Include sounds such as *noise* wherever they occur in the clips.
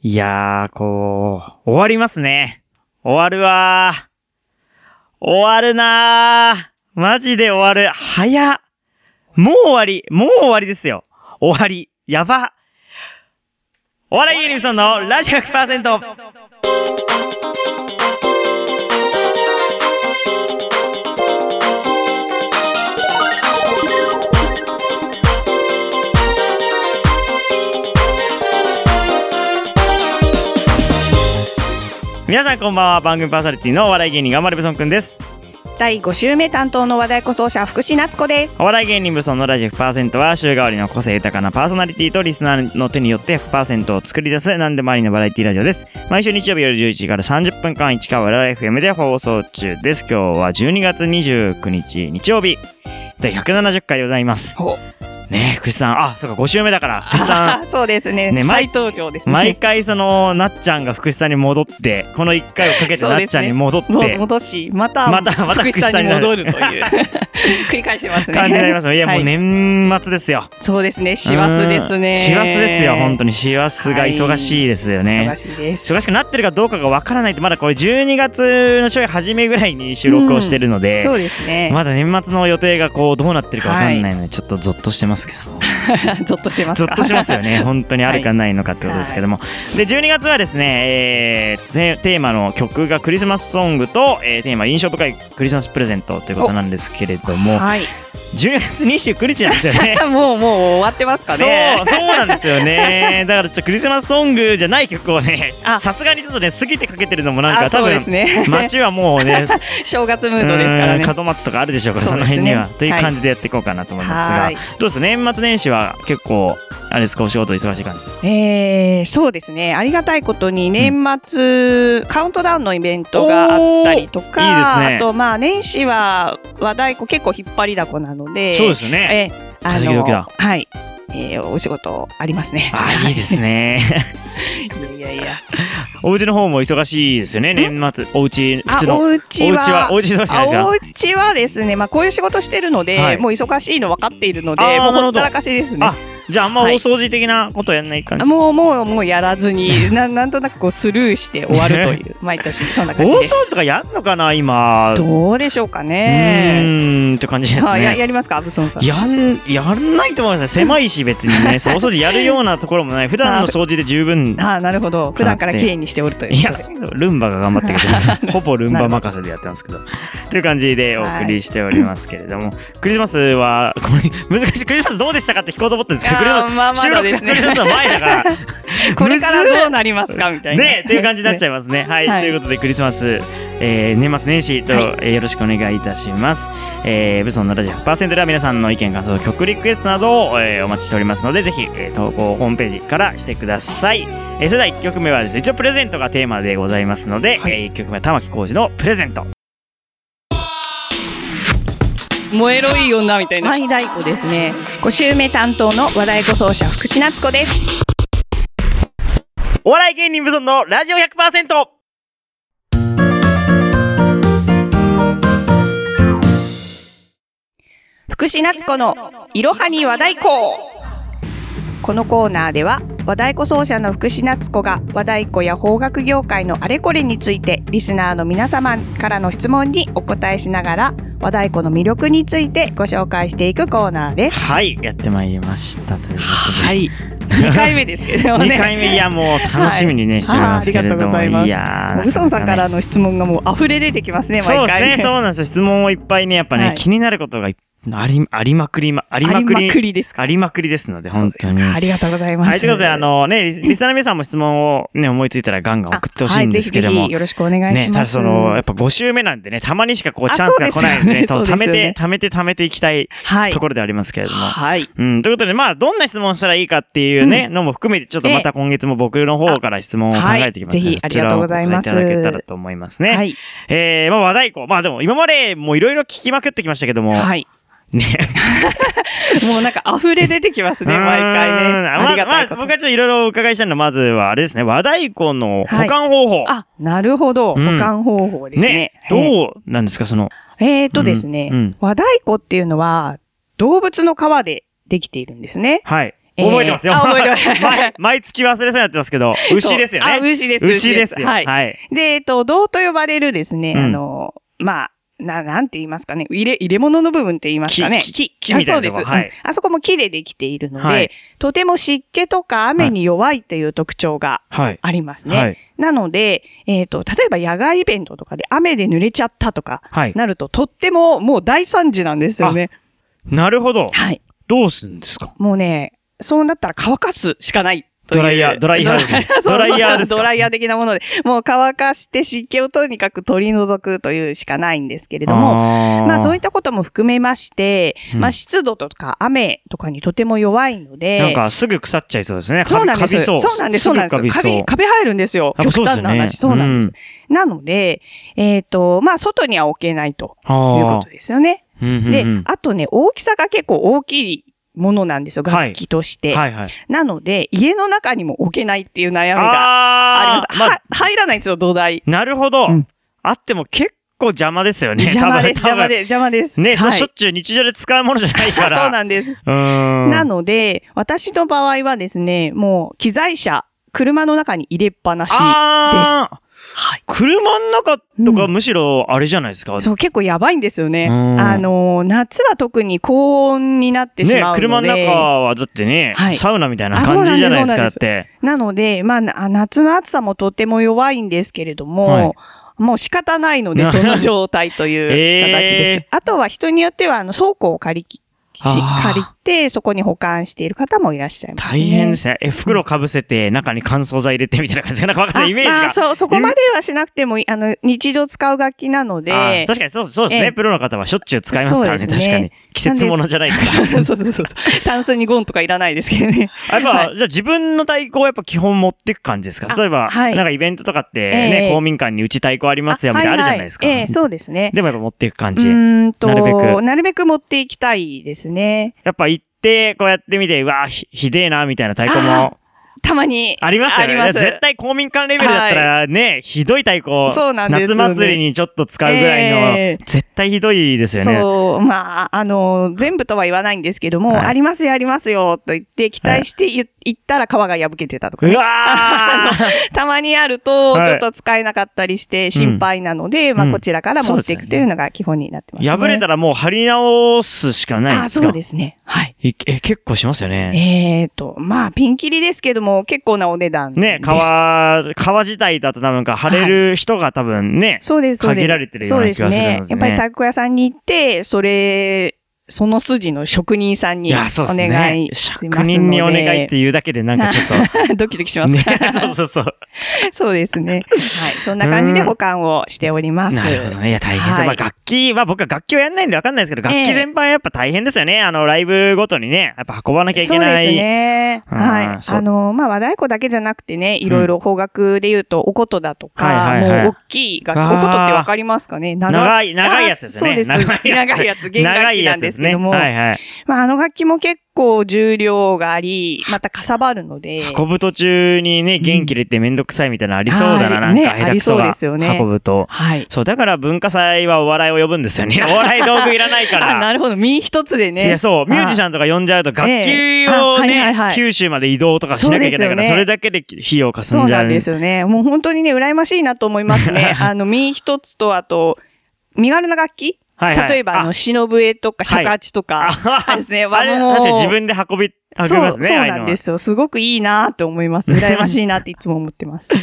いやー、こう、終わりますね。終わるわー。終わるなー。マジで終わる。早っ。もう終わり。もう終わりですよ。終わり。やば。お笑い芸人さんのラジオ100%。皆さんこんばんは。番組パーソナリティのお笑い芸人、がんばれぶそんくんです。第5週目担当の和太鼓奏者福士夏子ですお笑い芸人武装のラジオ100%は週替わりの個性豊かなパーソナリティとリスナーの手によって100%を作り出す何でもありのバラエティラジオです。毎週日曜日夜11時から30分間市川笑い FM で放送中です。今日は12月29日日曜日第170回でございます。おねえ、福士さん。あ、そうか、5週目だから。福士さんあ。そうですねね毎再登場 *laughs* です毎ね回その、なっちゃんが福士さんに戻って、この1回をかけてそうなでっすちゃねんに戻って、もう戻しまたまたまた福士さ福士んにさんになる戻ると *laughs* いう繰り返してますね感じになりますよ。いや、もはう年末ですよ。そうですね師走ですね師走ですよ、本当に師走が忙しいですよね。忙しいです忙しくなってるかどうかがわからないって、まだこれ12月の週初めぐらいに収録をしてるので、そうですねまだ年末の予定がこうどうなってるかわかんないので、ちょっとゾッとしてますけども。 *laughs* ゾッとしてますゾかッとしますよね。本当にあるかないのかってことですけども。で、12月はですね、えーテテーマの曲がクリスマスソングと、えーテーマ印象深いクリスマスプレゼントということなんですけれども、はい *laughs* 12月29日なんですよね。もうもう終わってますかねそうそうなんですよ *laughs* ねだからちょっとクリスマスソングじゃない曲をねあさすがにちょっとね過ぎてかけてるのもなんあか多そう分ですね街はもうね *laughs* *laughs* 正月ムードですからうねーん門松とかあるでしょうからそそうでのすね辺には、というはい感じでやっていこうかなと思いますがはいどうですか年末年始は結構あれですかお仕事忙しい感じですかえー、そうですねありがたいことに年末、カウントダウンのイベントがあったりとかおーいいですねあとまあ年始は和太鼓結構引っ張りだこなのでそうですすよねね、えーあ稼ぎの時だはい、えー、お仕事ありますねあーいいですね *laughs* いやいやいやお家の方も忙しいですよね年末お家普あ通のおお家家ははお家忙しいないですあおか家はですね、まあ、こういう仕事してるので、はいもう忙しいの分かっているのあでーもなるうほほったどらかしですねあじゃああんまは大い掃除的なことやんない感じ、もうもうもうやらずにな *laughs* なんとなくこうスルーして終わるという毎年そんな大感じ掃です除とかやんのかな今どうでしょうかうねーんって感じですあやね。やりますかアブソンさん。やん、やんないと思いますね。狭いし、別に *laughs* ね。そうお掃除やるようなところもない。普段の掃除で十分。ああなるほど普段から綺麗にしておるといういことや、で。ルンバが頑張ってくれて *laughs* ます。ほぼルンバ任せでやってますけど。という感じでお送りしておりますけれども。クリスマスは、これ、難しい。クリスマスどうでしたかって聞こうと思ったんですけど、クリスあマーまあスま収だ録でがすクリスマねス。の前だから。 *laughs* これからどうなりますかみたいな。ねっていう感じになっちゃ *laughs* いますね。はい、はいということでクリスマス、えー年末年始と、はいえーよろしくお願いいたします。えー、ブソンのラジオ100%では皆さんの意見、感想、曲リクエストなどを、えーお待ちしておりますので、ぜひ、えー投稿ホームページからしてください。えーそれでは1曲目はですね、一応プレゼントがテーマでございますので、はいえ1曲目は玉置浩二のプレゼント。燃えろいい女みたいな。舞太鼓ですね。5週目担当の和太鼓奏者福士夏子です。お笑い芸人ブソンのラジオ 100%! 福士夏子のいろはに和太鼓。このコーナーでは和太鼓奏者の福士夏子が和太鼓や邦楽業界のあれこれについてリスナーの皆様からの質問にお答えしながら和太鼓の魅力についてご紹介していくコーナーです。はい、やってまいりました。ということで。い、2回目ですけど2ね。回目、いや、もう楽しみにね、しておりますけれども。あーありがとうございますやもーうブソンさんかならの質問がもう溢れ出てきますね、そう毎です回。ね、そうなんですよ。質問をいっぱいね、やっぱね、はい気になることがいあり、ありまくりま、ありあまりくり、まくりですか。ありまくりですので、そう本で当すに。か。あはりがとうございます。い、ということで、あ、のね、リスリスナーの皆さんも質問をね、思いついたらガンガン送ってほしいんですけどはもいぜひぜひ。よろしくお願いね、しただます。その、やっぱ5週目なんでね、たまにしかこうあチャンスが来ないんでね、そうのですよね貯めそうですてよね、貯めて貯めていきたいはいと。ころでありますけれども。はい。うん、ということで、まあ、どんな質問したらいいかっていうね、のも含めて、ちょっとまた今月も僕の方から質問を考えていきますので、はいぜひそちらをお答えいただけたらと思いますね。はい。えー、まあ和太鼓。まあでも今までもいろいろ聞きまくってきましたけども。はい。ね。 *laughs* もうなんか溢れ出てきます *laughs* ね、毎回ね。うんまああ、りがまたいあ、こと僕。はちょっといろいろお伺いしたいのは、まずはあれですね、和太鼓の保管方法。あ、なるほど。保うん管方法ですね。えどうなんですか、その。ーえーとですねうんうん、和太鼓っていうのは動物の皮でできているんですね。はい。覚え *laughs* てますよ。あ、覚えてます。毎毎月忘れそうになってますけど、牛ですよ *laughs* そうあね。牛です。牛ですよ。はい。はい。で、えっと、銅と呼ばれるですね、うんあの、まあ、な、なんて言いますかね。入れ、入れ物の部分って言いますかね。木木木みたいなあそうでとこす、はいうんあそこも木でできているので、はいとても湿気とか雨に弱いっていう特徴がはい。ありますね。はい。なので、えっ、と、例えば野外イベントとかで雨で濡れちゃったとか、はい。なるととってももう大惨事なんですよね。なるほど。はい。どうすんですかもうね、そうなったら乾かすしかないといドう。ライヤードライヤーですね *laughs* そうそうドライヤーですかドライヤー的なもので、もう乾かして湿気をとにかく取り除くというしかないんですけれどあも、ーまあそういったことも含めまして、うんまあ湿度とか雨とかにとても弱いので、なんかすぐ腐っちゃいそうですね。そうなんですカビそそうう。なんです、そうなんです。ぐカカビそビ、うカビ生えるんですよ。やっぱ極そうです端よねな話。そうなんです。うんなので、えっ、と、まあ、外には置けないとあいうーことですよね。うんうんうんで、あとね、大きさが結構大きいものなんですよ、楽器として。はいはい。なので、家の中にも置けないっていう悩みがああります。ーは入らないんですよ、土台。なるほどうん。あっても結構邪魔ですよね。邪魔です、多邪分魔です、邪魔です。ね、そはれいしょっちゅう日常で使うものじゃないから。 *laughs* そうなんです。うーん。なので、私の場合はですね、もう、機材車、車の中に入れっぱなし。はああい。車の中とかうむしろあれじゃないですか。そう、結構やばいんですよね。うんあの、夏は特に高温になってしねまうの、で。車の中はだってねは、いサウナみたいな感じじゃないですか、だあっそて。なので、まあ、な夏の暑さもとても弱いんですけれども、はいもう仕方な *laughs* いので、その状態という形です。えあとは人によっては、あの、倉庫を借りき、しあー借りて、そこに保管している方もいらっしゃいます、ね。大変ですね。え、袋かぶせて、中に乾燥剤入れてみたいな感じがなんかわかんあないイメージまがあ、。そう、そこまではしなくてもいい。あの、日常使う楽器なのあーで。確かにそうそうですえね。えプロの方はしょっちゅう使いますからね。そうです確ねかに。季節物じゃないか *laughs* そう *laughs* そうそうそう。タンスにゴンとかいらないですけどね。ら。やっぱ、はじゃあ自分の太鼓はやっぱ基本持ってく感じですかあ例えば、はいなんかイベントとかってえね、え公民館にうち太鼓ありますよみたいなのあるじゃないですか。ははええそうですね。でもやっぱ持っていく感じ。うーんとななるるべべくく。持っていきたいですね。やっぱ行って、こうやってみて、うわあ、ひひでえな、みたいな太鼓あもたまに。ありますよね。あります絶対公民館レベルだったらね、ひどい太鼓、そうなんです夏よね祭りにちょっと使うぐらいの、ええ絶対ひどいですよね。そう、まあ、あの、全部とは言わないんですけども、はいありますよ、ありますよ、と言って、期待して言言ったら皮が破けてたとかうね、わー *laughs* たまにあると、はいちょっと使えなかったりして心配なので、まあ、うんこちらから持ってそいうですよくねというのが基本になってます、ね。破れたらもう張り直すしかないあ、ですそかうですね。はい。いえ、結構しますよね。えっ、と、まあ、ピンキリですけども、結構なお値段です。ね、革、革自体だと多分か、貼れる人が多分ね、そうです、そうです。限られてるような気がするのでねそうですね。やっぱり太鼓屋さんに行って、それ、その筋の職人さんいにお願いしますので。職人にお願いっていうだけでなんか *laughs* ちょっと、ドキドキします。ね、 *laughs* そうそうそう。 *laughs* そうで *laughs* すね。はい。そんな感じで保管をしております。なるほどね。いや、大変そう。はいまあ、楽器は、僕は楽器をやんないんでわかんないですけど、楽え器え全般やっぱ大変ですよね。あの、ライブごとにね、やっぱ運ばなきゃいけそうでない。すね。うんはい。そうあの、まあ、和太鼓だけじゃなくてね、いろいろ方角で言うと、お琴だとはか、いはいはいもう大きい楽器、あーお琴ってわかりますかね長い、長いやつですね。あそうです長いやつ。長いやつ弦楽器なんですけども長いやつですねまあ、あの楽器も結構重量があり、またかさばるので。はいはい。運ぶ途中にね、元気入れてめんどくさいみたいなのありそうだな、あーなあんりか、ねありそうですよね運ぶと。はい。そう、だから文化祭はお笑いを呼ぶんですよ *laughs* ね。お笑い道具いらないかあ、ら。なるほど。身一つでいや、ね。そう、ミュージシャンとか呼んじゃうと楽え器えをあはいはねいは、い九州まで移動とかしなきゃいけないそうかでら、すよねそれだけで費用かすそんうじゃなうんですよね。もう本当にね、羨ましいなと思いますね。あの、身一つと、あと、身軽な楽器はいはい例えば、あの、忍笛とか、尺八とか、あですね。あれ、和物を確かに自分で運び、運びますそう、ね。そうああいのなはんで。すよ。すごくいいなと思い *laughs* ます。羨ましいなっていつも思ってます。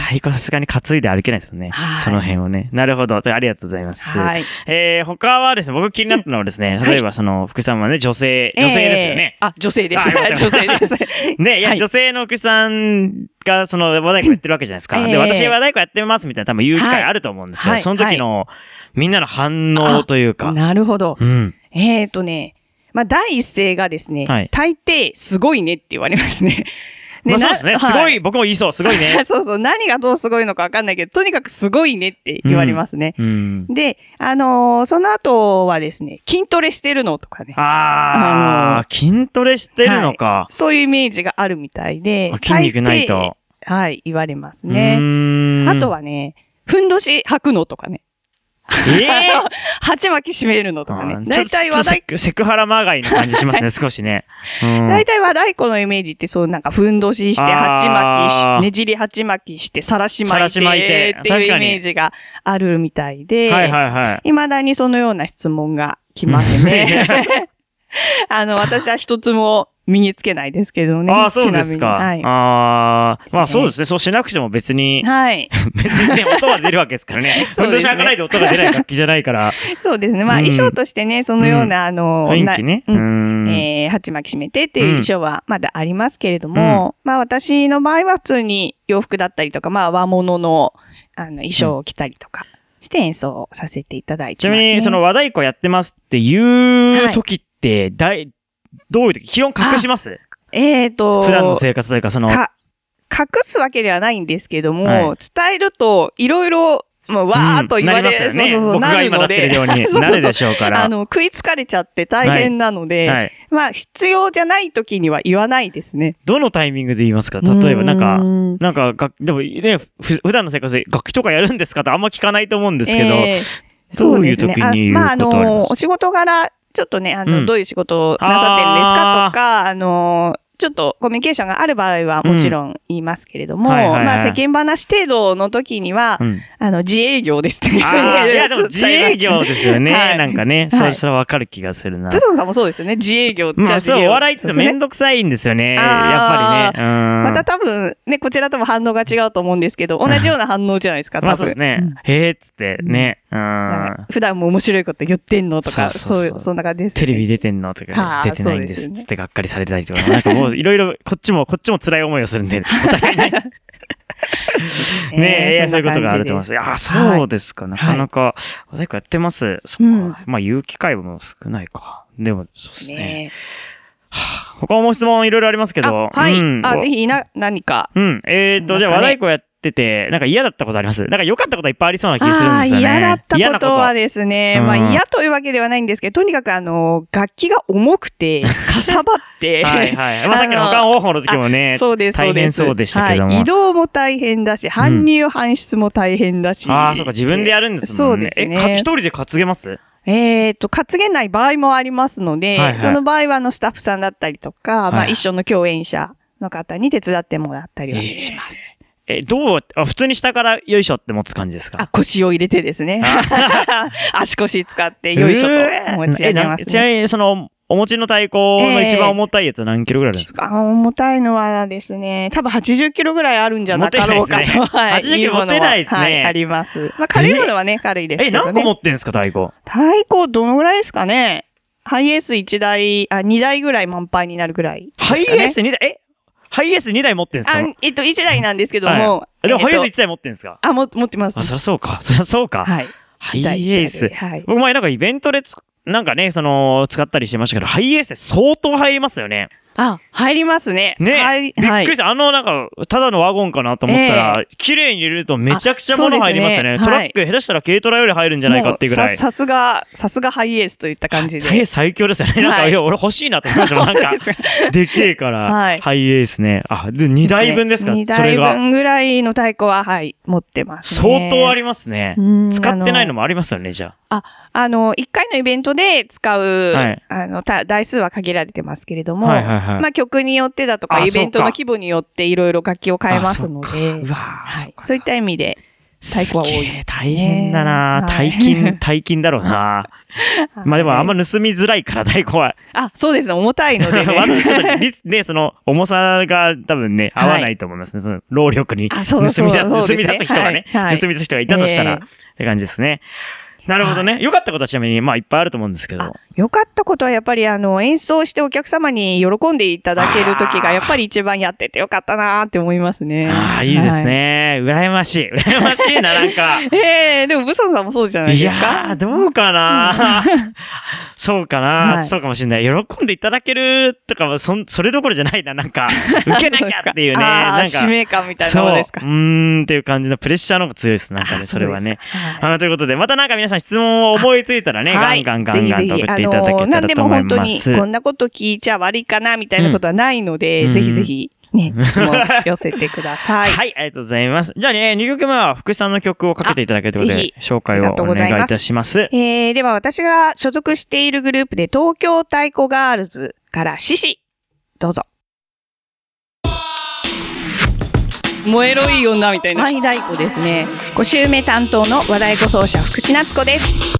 太鼓さすがに担いで歩けないですもんねは。いその辺をね。なるほど。とありがとうございます。はい。えー、他はですね、僕気になったのはですね、はい例えばその、福さんはね、女性、女性ですよね。えー。あ、女性です。あよかった *laughs* 女性です。ね、いや、はい女性の福さんが、その、和太鼓やってるわけじゃないですか。えで、え私和太鼓やってますみたいな、多分言う機会あると思うんですけど、はいその時の、みんなの反応というか。なるほど。うん。えー、とね、まあ、第一声がですね、はい大抵、すごいねって言われますね。 *laughs* まあそうですね。すご、はい。僕も言いそう、すごいね *laughs* そうそう、何がどうすごいのかわかんないけど、とにかくすごいねって言われますね。うん。で、あのーその後はですね、筋トレしてるのとかね、あー、筋トレしてるのか。そういうイメージがあるみたいであ、筋肉ないと。大抵。はい、言われますうね。ーんあと。はね、ふんどし履くのとかね。ええ鉢巻き締める *laughs* のとかね。大体和は太セクセクハラまがいの感じし *laughs* ますね、少しね。うん大体和太鼓のイメージって、そうなんか、ふんどしして、あー鉢巻きし、ねじり鉢巻きして、さらし巻い晒し巻いてて、っていうイメージがあるみたいで、はいはいはい。いまだにそのような質問が来ま *laughs* すね。 *laughs* あの、私は一つも身につけないですけどね。ああ、そうですか。ちなみにはああ、まあですねそうですね。そうしなくても別にい。、はい。 *laughs* 別にね、音は出るわけですからね。すふねんどしはかないで音が出ない楽器じゃない *laughs* から、そうですね。まあ、うん衣装としてね、そのような、あの、雰な囲気ね。ううんん。えー、鉢巻き締めてっていう衣装はまだありますけれども、まあ私の場合は普通に洋服だったりとか、まあ和物のあの衣装を着たりとかして演奏させていただいちてなます、みね。に、その和太鼓やってますっていう時って、だい、どういう時気温隠しますえっ、と、普段の生活というか、その、か、隠すわけではないんですけども、は伝えると、いろいろ、もう、わーっとうん言なわりまれ、すよそうね。そうそう、僕ながる今なのってるで、ように *laughs* そうなそるうそうでしょうかあら。の、食いつかれちゃって大変なので、はい。まあ、必要じゃない時には言わないですね。どのタイミングで言いますか例えば、なんかう、ーんなんか楽、でもね、ふ普段の生活で楽器とかやるんですかってあんま聞かないと思うんですけど、えーどそうういでうすね。時に言うまあ、あことはありまの、すお仕事柄、ちょっとね、あの、うんどういう仕事をなさってるんですかとか、あの、ちょっとコミュニケーションがある場合はもちろん言いますけれども、うんはいはいはいまあ世間話程度の時には、 *laughs* うんあの、自営業ですね。あーいや、でも自営業ですよね。はいなんかね、はそいそれはわかる気がするなブ。ソンさんもそうですよね。自営業っちゃまあ、自そ営う、業。お笑いってそうですめねんどくさいんですよね。やあっぱーりね。うん。また多分、ね、こちらとも反応が違うと思うんですけど、同じような反応じゃないですか、多分。 *laughs* まあそうですねうん。へえっつってね。うなんんか。普段も面白いこと言ってんのとか、そうそうそそうういう、そんな感じですよテね。レビ出てんのとはかあ出てないんでそうですすよねつってがっかりされたりとか、なんかもういろいろこっちもこっちも辛い思いをする *laughs* んで、お互いねねえ、いやそういうことがあると思います。ああ、そうですか、なかなか、和太鼓やってます。そっうんか。まあ言う機会も少ないか。でも、そうですね。ね他も質問いろいろありますけえ。あど。はい。うんあ、ぜひな、何か。うん。えっ、と、ありますかねじゃあ、和太鼓やってて、なんか嫌だったことありますなんか良かったこといっぱいありそうな気するんあですあよね。ー、嫌だったことはですね、うんまあ嫌というわけではないんですけど、とにかくあの、楽器が重く *laughs* て、かさばって、はいはい。まあ、さっきのあの保管方法の時もね、 *laughs* そうです、そう大で変す。そうでしたけども。はい、移動も大変だし、搬入搬出も大変だし。ああ、そうか、自分でやるんですもんね。そうですねえか、一人で担げますえっ、と、担げない場合もありますので、はいはいその場合はあのスタッフさんだったりとか、まはあい一緒の共演者の方に手伝ってもらったりはします。え、どう、あ普通に下からよいしょって持つ感じですかあ、腰を入れてですね。 *laughs* 足腰使って、よいしょと持ち上げます、えなちね。なみに、その、お持ちの太鼓の一番重たいやつは何キロぐらいあるんです一か、番重たいのはですね、多分80キロぐらいあるんじゃなかろうか持と。てないですね *laughs* は80キロものは持てないですねはい、あります。まあ軽いものはね、軽いですえ、けどね。何個持ってんですか、太鼓。太鼓どのぐらいですかねハイエース1台、あ、2台ぐらい満杯になるぐらいですハかイね、エース2台、えハイエース2台持ってんですかあ、えっと、1台なんですけどもは。い、でも、えっハとイエース1台持ってんですかあ、も持ってますあ、。そりゃそうか。そりゃそうか。はい。ハイエース一台。はい。僕前なんかイベントでつ、なんかね、その、使ったりしてましたけど、ハイエースって相当入りますよね。あ、入りますね。ね。はい。びっはくりいし。た。あの、なんか、ただのワゴンかなと思ったら、綺麗に入れるとめちゃくちゃ物入りますよね。あそうですねトラック、下手したら軽トラより入るんじゃないかっていうぐらもい。ささすが、さすがハイエースといった感じで。ハイエース最強ですよね。なんか、はいいや、俺欲しいなと思いましたもん。なん *laughs* か、でけえから、はいハイエースね。あ、で、2台分ですか、 2それ台が。分ぐらいの太鼓は、はい、持ってます、相ね。当ありりますね。うん使ってないのもありますよね、じゃあの、1回のイベントで使う、はいあの、た台数は限られてますけれどあ。も、はいはいはい。まあ曲によってだとあか、イそうかベントの規模によっていろいろ楽器を変えますのあそでう、かうわはいーそういった意味で、太鼓は多いですげねえ大変だなは大い *laughs* 金、大金だろうなまあでもあんまり、盗みづらいから太鼓は。あ、そうですね、重たいので、 *laughs* わざね。ちょっとリス、ね、その重さが多分ね、合わないと思いますね。その労力に。あ盗そうみ出す、そうそう盗ですみね出す人がね、はいはい盗み出す人がいたとしたら、ええって感じですね。なるほどね。良かったことはちなみに、まあいっぱいあると思うんですけど。よかったことはやっぱりあの演奏してお客様に喜んでいただける時がやっぱり一番やっててよかったなーって思いますね。ああ、いいですね。羨ましい。羨ましいな、なんか。はい。ええでもブソンさんもそうじゃ *laughs* ないいですかやー、どうか *laughs* なそうかな、はいそうかもしれない。喜んでいただけるとかは、そん、それどころじゃないな。なん *laughs* か、受けなきそうですゃかっていうね。あーなんか、使命感みたいなそう、もうのですか。ーんっていう感じのプレッシャーの方が強いです。なんかあね、それはね。。うですかはいあの、ということで、またなんか皆さん質問を思いついたらね、ガはンいガンガンガンとぜひ送ぜひっていただけたあのーら何でとも思い本当まにす。こんなこと聞いちゃ悪いかなみたいなことはないので、うんぜひぜひね、質問寄せてくださ。はいい、ありがとうございます。じゃあね、2曲目は福士さんの曲をかけていただけるということであぜ、紹介あをりがとおうございます願いいたします。えー、では私が所属しているグループで東京太鼓ガールズから獅子。どうぞ。燃えろいい女みたいな。マイ太鼓ですね。5週目担当の和太鼓奏者福士夏子です。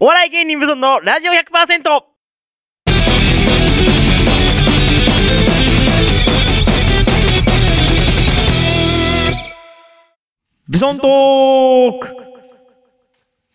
お笑い芸人無尊のラジオ 100%! ブソントーク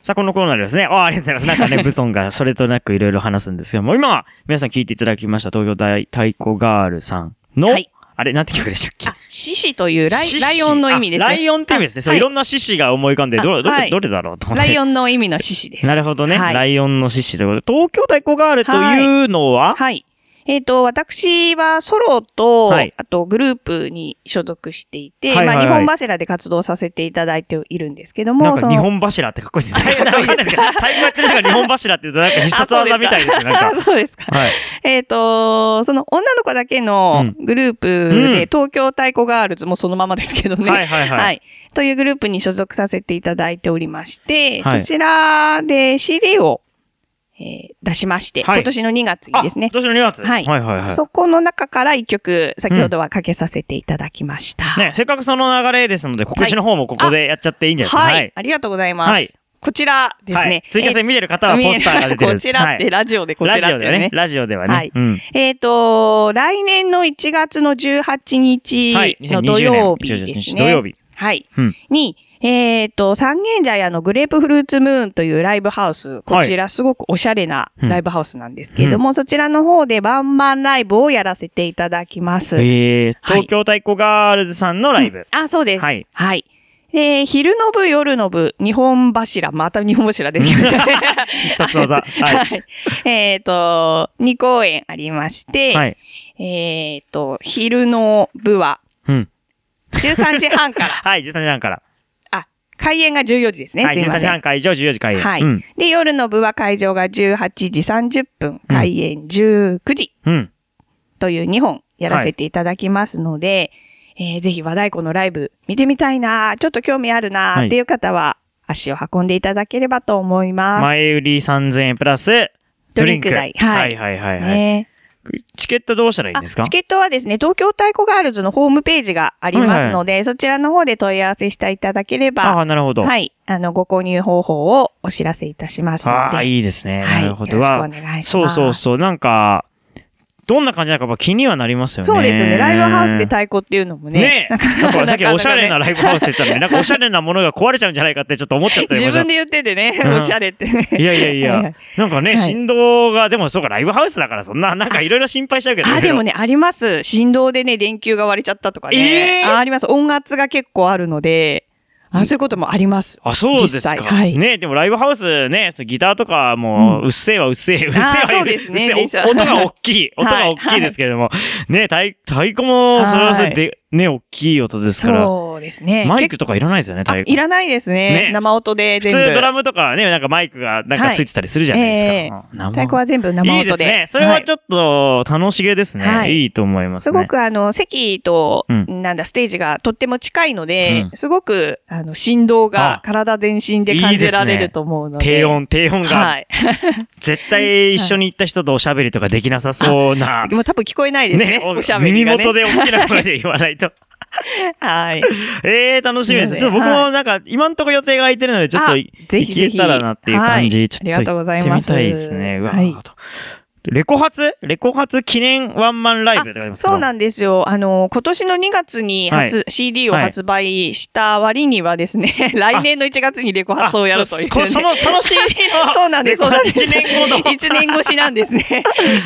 さあ、このコーナーでですね。ああ、ありがとうございます。なん *laughs* かね、ブソンがそれとなくいろいろ話すんですけども、今は皆さん聞いていただきました東京大太鼓ガールさんの、はいあれ、なんて曲でしたっけあ、獅子というライ獅子ライオンの意味ですね。あライオンって意味ですね。そう、はいいろんな獅子が思い浮かんで、どれ、どあはれ、いどれだろうと思っラてイ。オンの意味の獅子です。なるほどね。はいライオンの獅子ということで、東京太鼓ガールというのは、はい。えっ、と、私はソロと、はいあとグループに所属していて、はいはいはいまあ、日本柱で活動させていただいているんですけどなんも、か日本柱ってかっこいいですね。かっこいいですかなん太鼓やってる人が日本柱って言うとなんか必殺技みたいですね。なんあ、か。そうですか。はい。えっ、と、その女の子だけのグループで、うん東京太鼓ガールズ *laughs* もそのままですけどね。はいはいはいというグループに所属させていただいておりまして、はいそちらで CD を、えー出しまして、はい今年の2月にあですね。今年の2月。はいはいはいはい。そこの中から1曲、先ほどはかけさせていただきました。ね、せっかくその流れですので、告知の方もここでやっちゃっていいんじゃないですか。はい、はい。ありがとうございます。はいこちらですね。はいツイキャスで見てる方はポスターが出てる。こちらっはていラジオでこちらラっジてね。オでね。ラジオではね。はいうん。えっ、と、来年の1月の18日はい。の土曜日2020年です1ね。土曜日。はい。うんに、えっ、と、三軒茶屋のグレープフルーツムーンというライブハウス、こちらすごくおしゃれなライブハウスなんですけれども、そちらの方でワンマンライブをやらせていただきます。えー、はい東京太鼓ガールズさんのライブ。あ、そうです。ははいい。で、昼の部、夜の部、日本柱、また日本柱出てきまし *laughs* たね。必殺技。はい。 *laughs* はい。えっ、と、2公演ありまして、はい。えっ、と、昼の部は、うん。 13時半から、 *laughs* はい、13時半から。あ、開演が14時ですね、はい、すいま13時せ半ん。会場、14時開演。はいうん。で、夜の部は会場が18時30分、開演19時うん。という2本やらせていただきますので、えーぜひ和太鼓のライブ見てみたいな、ちょっと興味あるな、はいっていう方は足を運んでいただければと思います。前売り3000円プラス、ドリンク代。はいはいはいですはいねチケットどうしたらいいんあですかチケットはですね、東京太鼓ガールズのホームページがありますので、そちらの方で問い合わせしていただければあ、あ、なるほど。ははい。あの、ご購入方法をお知らせいたしますのああ、で。いいですね。は。ないるよほろしど。くおは願いします。そうそうそう。なんか、どんな感じなのかやっぱ気にはなりますよね。そうですよね。ライブハウスで太鼓っていうのもね。ねえ。なんかさっきなかなかねおしゃれなライブハウスって言ったのに、なんかおしゃれなものが壊れちゃうんじゃないかってちょっと思っちゃったり *laughs* 自もした分で言っててね、うんおしゃれってね。いやいやいはいはやい。なんかね、はい振動が、でもそうか、ライブハウスだからそんな、なんかいろいろ心配しちゃうけど。いあ、ろいでろもね、あります。振動でね、電球が割れちゃったとかね。えーああります。音圧が結構あるので、あそういうこともあります。あ、そうです実際か。はいねでもライブハウスね、そうギターとかもう、うっせえはうっせえ、うっせえはそうですうねっせえ電車お音が大き *laughs* い、音が大きいですけれども、ね太太鼓も、それはそれで、ね、大きい音ですから、そうですね。マイクとかいらないですよね、あ太い鼓。らないですねね。生音で普全通部。ドラムとかね、なんかマイクがなんかついてたりするじゃないですか。はいええうん生太鼓は全部生いいです音で。ね。それはちょっと。ょっと楽しげですね。はいい、いと思いますすね。ごくあの、席と、うんなんだ、ステージがとっても近いのでうん、すごく、あの、振動が体全身で感じられると思うので。低。音、低音が、はい。絶対一緒に行った人とおしゃべりとかできなさそうな。もう多分聞こえないですね。おしゃべり耳がね。元で大きな声で言わないと。 *laughs* はい。ええ楽しみです。なのでちょっと僕はもなんか、今んとこ予定が空いてるので、ちょっとあいぜひぜ行ひけたらなっていう感じ、はいちありょっとがとう行ござっいてみますたいですね。うわはいーと。レコ発レコ発記念ワンマンライブって書いてますけどそうなんですよ。あの、今年の2月に初、CD を発売した割にはですね、 *laughs* 来年の1月にレコあ発をやるという、ね。そそその、その CD の *laughs* *laughs* そうなんです、そうなんです。 1年後 *laughs* の。 1年越しなんです *laughs* ね。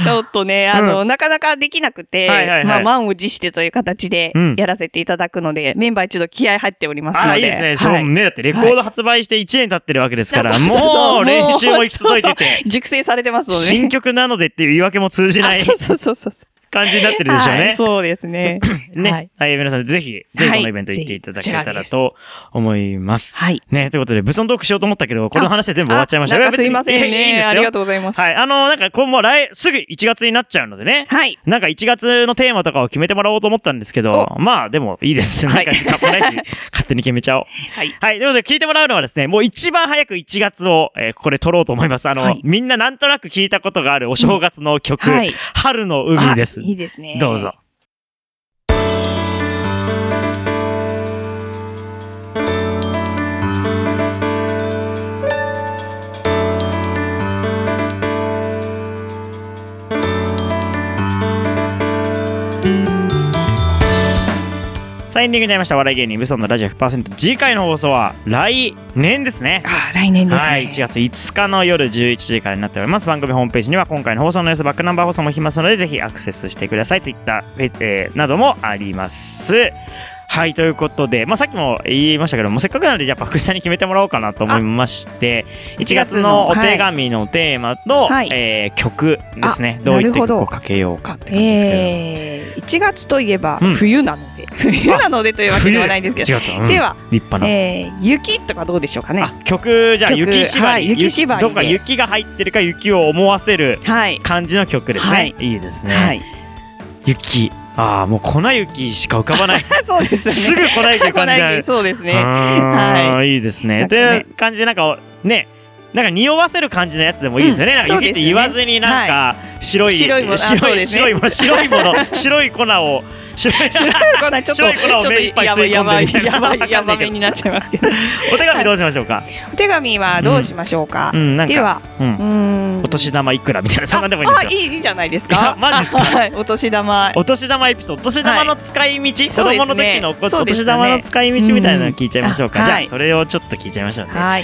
ちょっとね、あの、なかなかできなくて、はいはいはいまあ、満を持してという形でうんやらせていただくので、メンバー一度気合入っておりますあのら、いで。いですね。はいそうね、だってレコード発売して1年経ってるわけですから、そうそうそうもう練習も行き届いてそうそて、う熟成されてますので。新曲なのでっていう言い訳も通じないあ。そうそうそうそう。感じになってるでしょうね。はい、そうです *clears throat* ね。ね。ははいい、皆さんぜひ、ぜひはこいのイベント行っていただけたぜらひと思います。はい。ね、ということで、ブソントークしようと思ったけど、この話で全部終わっちゃいました。あなんかすいませんいやいいですね。よありがとうございます。はい。あの、なんか、こう、もう来、すぐ1月になっちゃうのでね。はい。なんか1月のテーマとかを決めてもらおうと思ったんですけど、まあでもいいです。なんはいか時間もないし、勝手に決めちゃおう。はい。はい。ということで聞いてもらうのはですね、もう一番早く1月を、えーここで撮ろうと思います。あの、はいみんななんとなく聞いたことがあるお正月の曲、うんはい春の海ですあ。いいですね。どうぞ。。さあエンディングになりました。笑い芸人、ブソンのラジオ100%。次回の放送は来年ですね。あ、来年ですね。はい、1月5日の夜11時からになっております。番組ホームページには今回の放送の様子、バックナンバー放送も来ますので、ぜひアクセスしてください。Twitter、フェえーなどもあります。はい、ということで、まあ、さっきも言いましたけども、せっかくなので、やっぱ福士さんに決めてもらおうかなと思いまして、1 1月月ののお手紙のテーマと、はいえー曲ですね。あどういった曲なるほどをかけようかって感じですけど。えー、1月といえばうん冬なので、 *laughs* 冬なのでというわけではないんですけど、 1月、うんでは、立派な。えー、雪とかどうでしょうかね。あ曲じゃあ曲雪縛り、はい雪縛りでどっか雪が入ってるか雪を思わせるはい。感じの曲ですね。はいい、いですね。はい。雪。ああ、もう粉雪しか浮かばない。 *laughs* *laughs* そうですね。すぐ粉雪浮かん *laughs* じゃう。そうですね。は。はいいいですね。なっんてかねいう感じで、なんか、ね、なんか匂わせる感じのやつでもいいですよね。うんなんかそう雪でっすてね言わずになんか、白い、白いものあそう白い、ですね白いもの、白いも *laughs* の、白い粉を、白い、白い粉ちょっと、白い粉をちょっ目いっぱといや吸ばいい込やばんでる *laughs* わかいやばんないいやばめになっちゃいますけど。 *laughs* お手紙どうしましょうか。お手紙はどうしましょうかう。ん、なんでか、は、う、うんーん。お年玉いくらみたいな、そんなんでもいいんですよあ、い。いいいじゃないですいやか。マジですかあ *laughs* はい。お年玉。お年玉エピソード、お年玉の使い道、子そうですね供の時のお,、そうです年ね玉の使い道みたいなの聞いちゃいましょうか。うんじゃあ、はいそれをちょっと聞いちゃいましょうね。はい。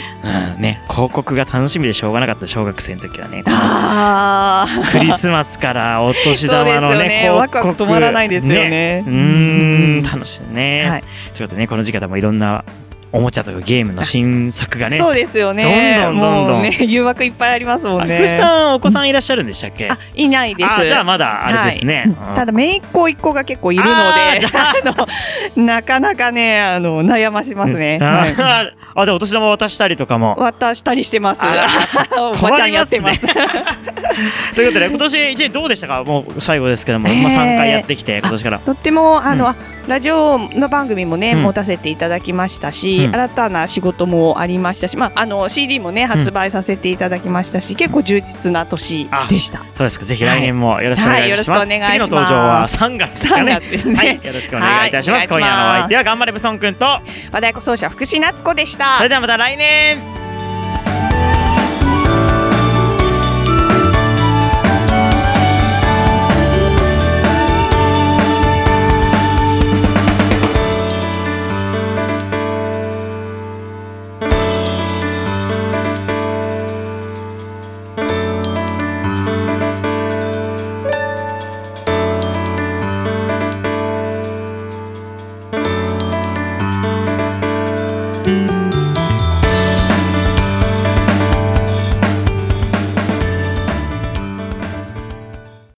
うん、ね、広告が楽しみでしょうがなかった小学生の時はね。ああ。クリスマスからお年玉のそうね、です広告よねワクワク止まらないですよねううーん、ん楽しいね。はいということでね、この時期でもいろんなおもちゃとかゲームの新作がね。そうですよね。どんどんどんどんもうね、誘惑いっぱいありますもあ福んね。士さん、お子さんいらっしゃるんでしたっけあ、いないです。あじゃあまだあれですね。うんただ、姪っ子一個が結構 *laughs* いるので、あーじゃあの、なかなかね、あの、悩ましますね。うんはいあー *laughs* あ、で、お年玉渡したりとかも。渡したりしてます。あ *laughs* おばちゃんやってます。ということで今年一年どうでしたかもう最後ですけども、まあ、えー3回やってきて今年から *laughs* とってもあの、うラジオの番組もね、うん持たせていただきましたし、うん新たな仕事もありましたし、まあ、あの CD もね発売させていただきましたし、結構充実な年でした。そうですかぜひ来年もよろしくお願いします、はいよろしくお願いします次の登場は3月ですか3ね月ですね。はいよろしくお願いいたします,、今はいお願いします夜のお相手は頑張れブソンくんと和太鼓奏者福士夏子でした。それではまた来年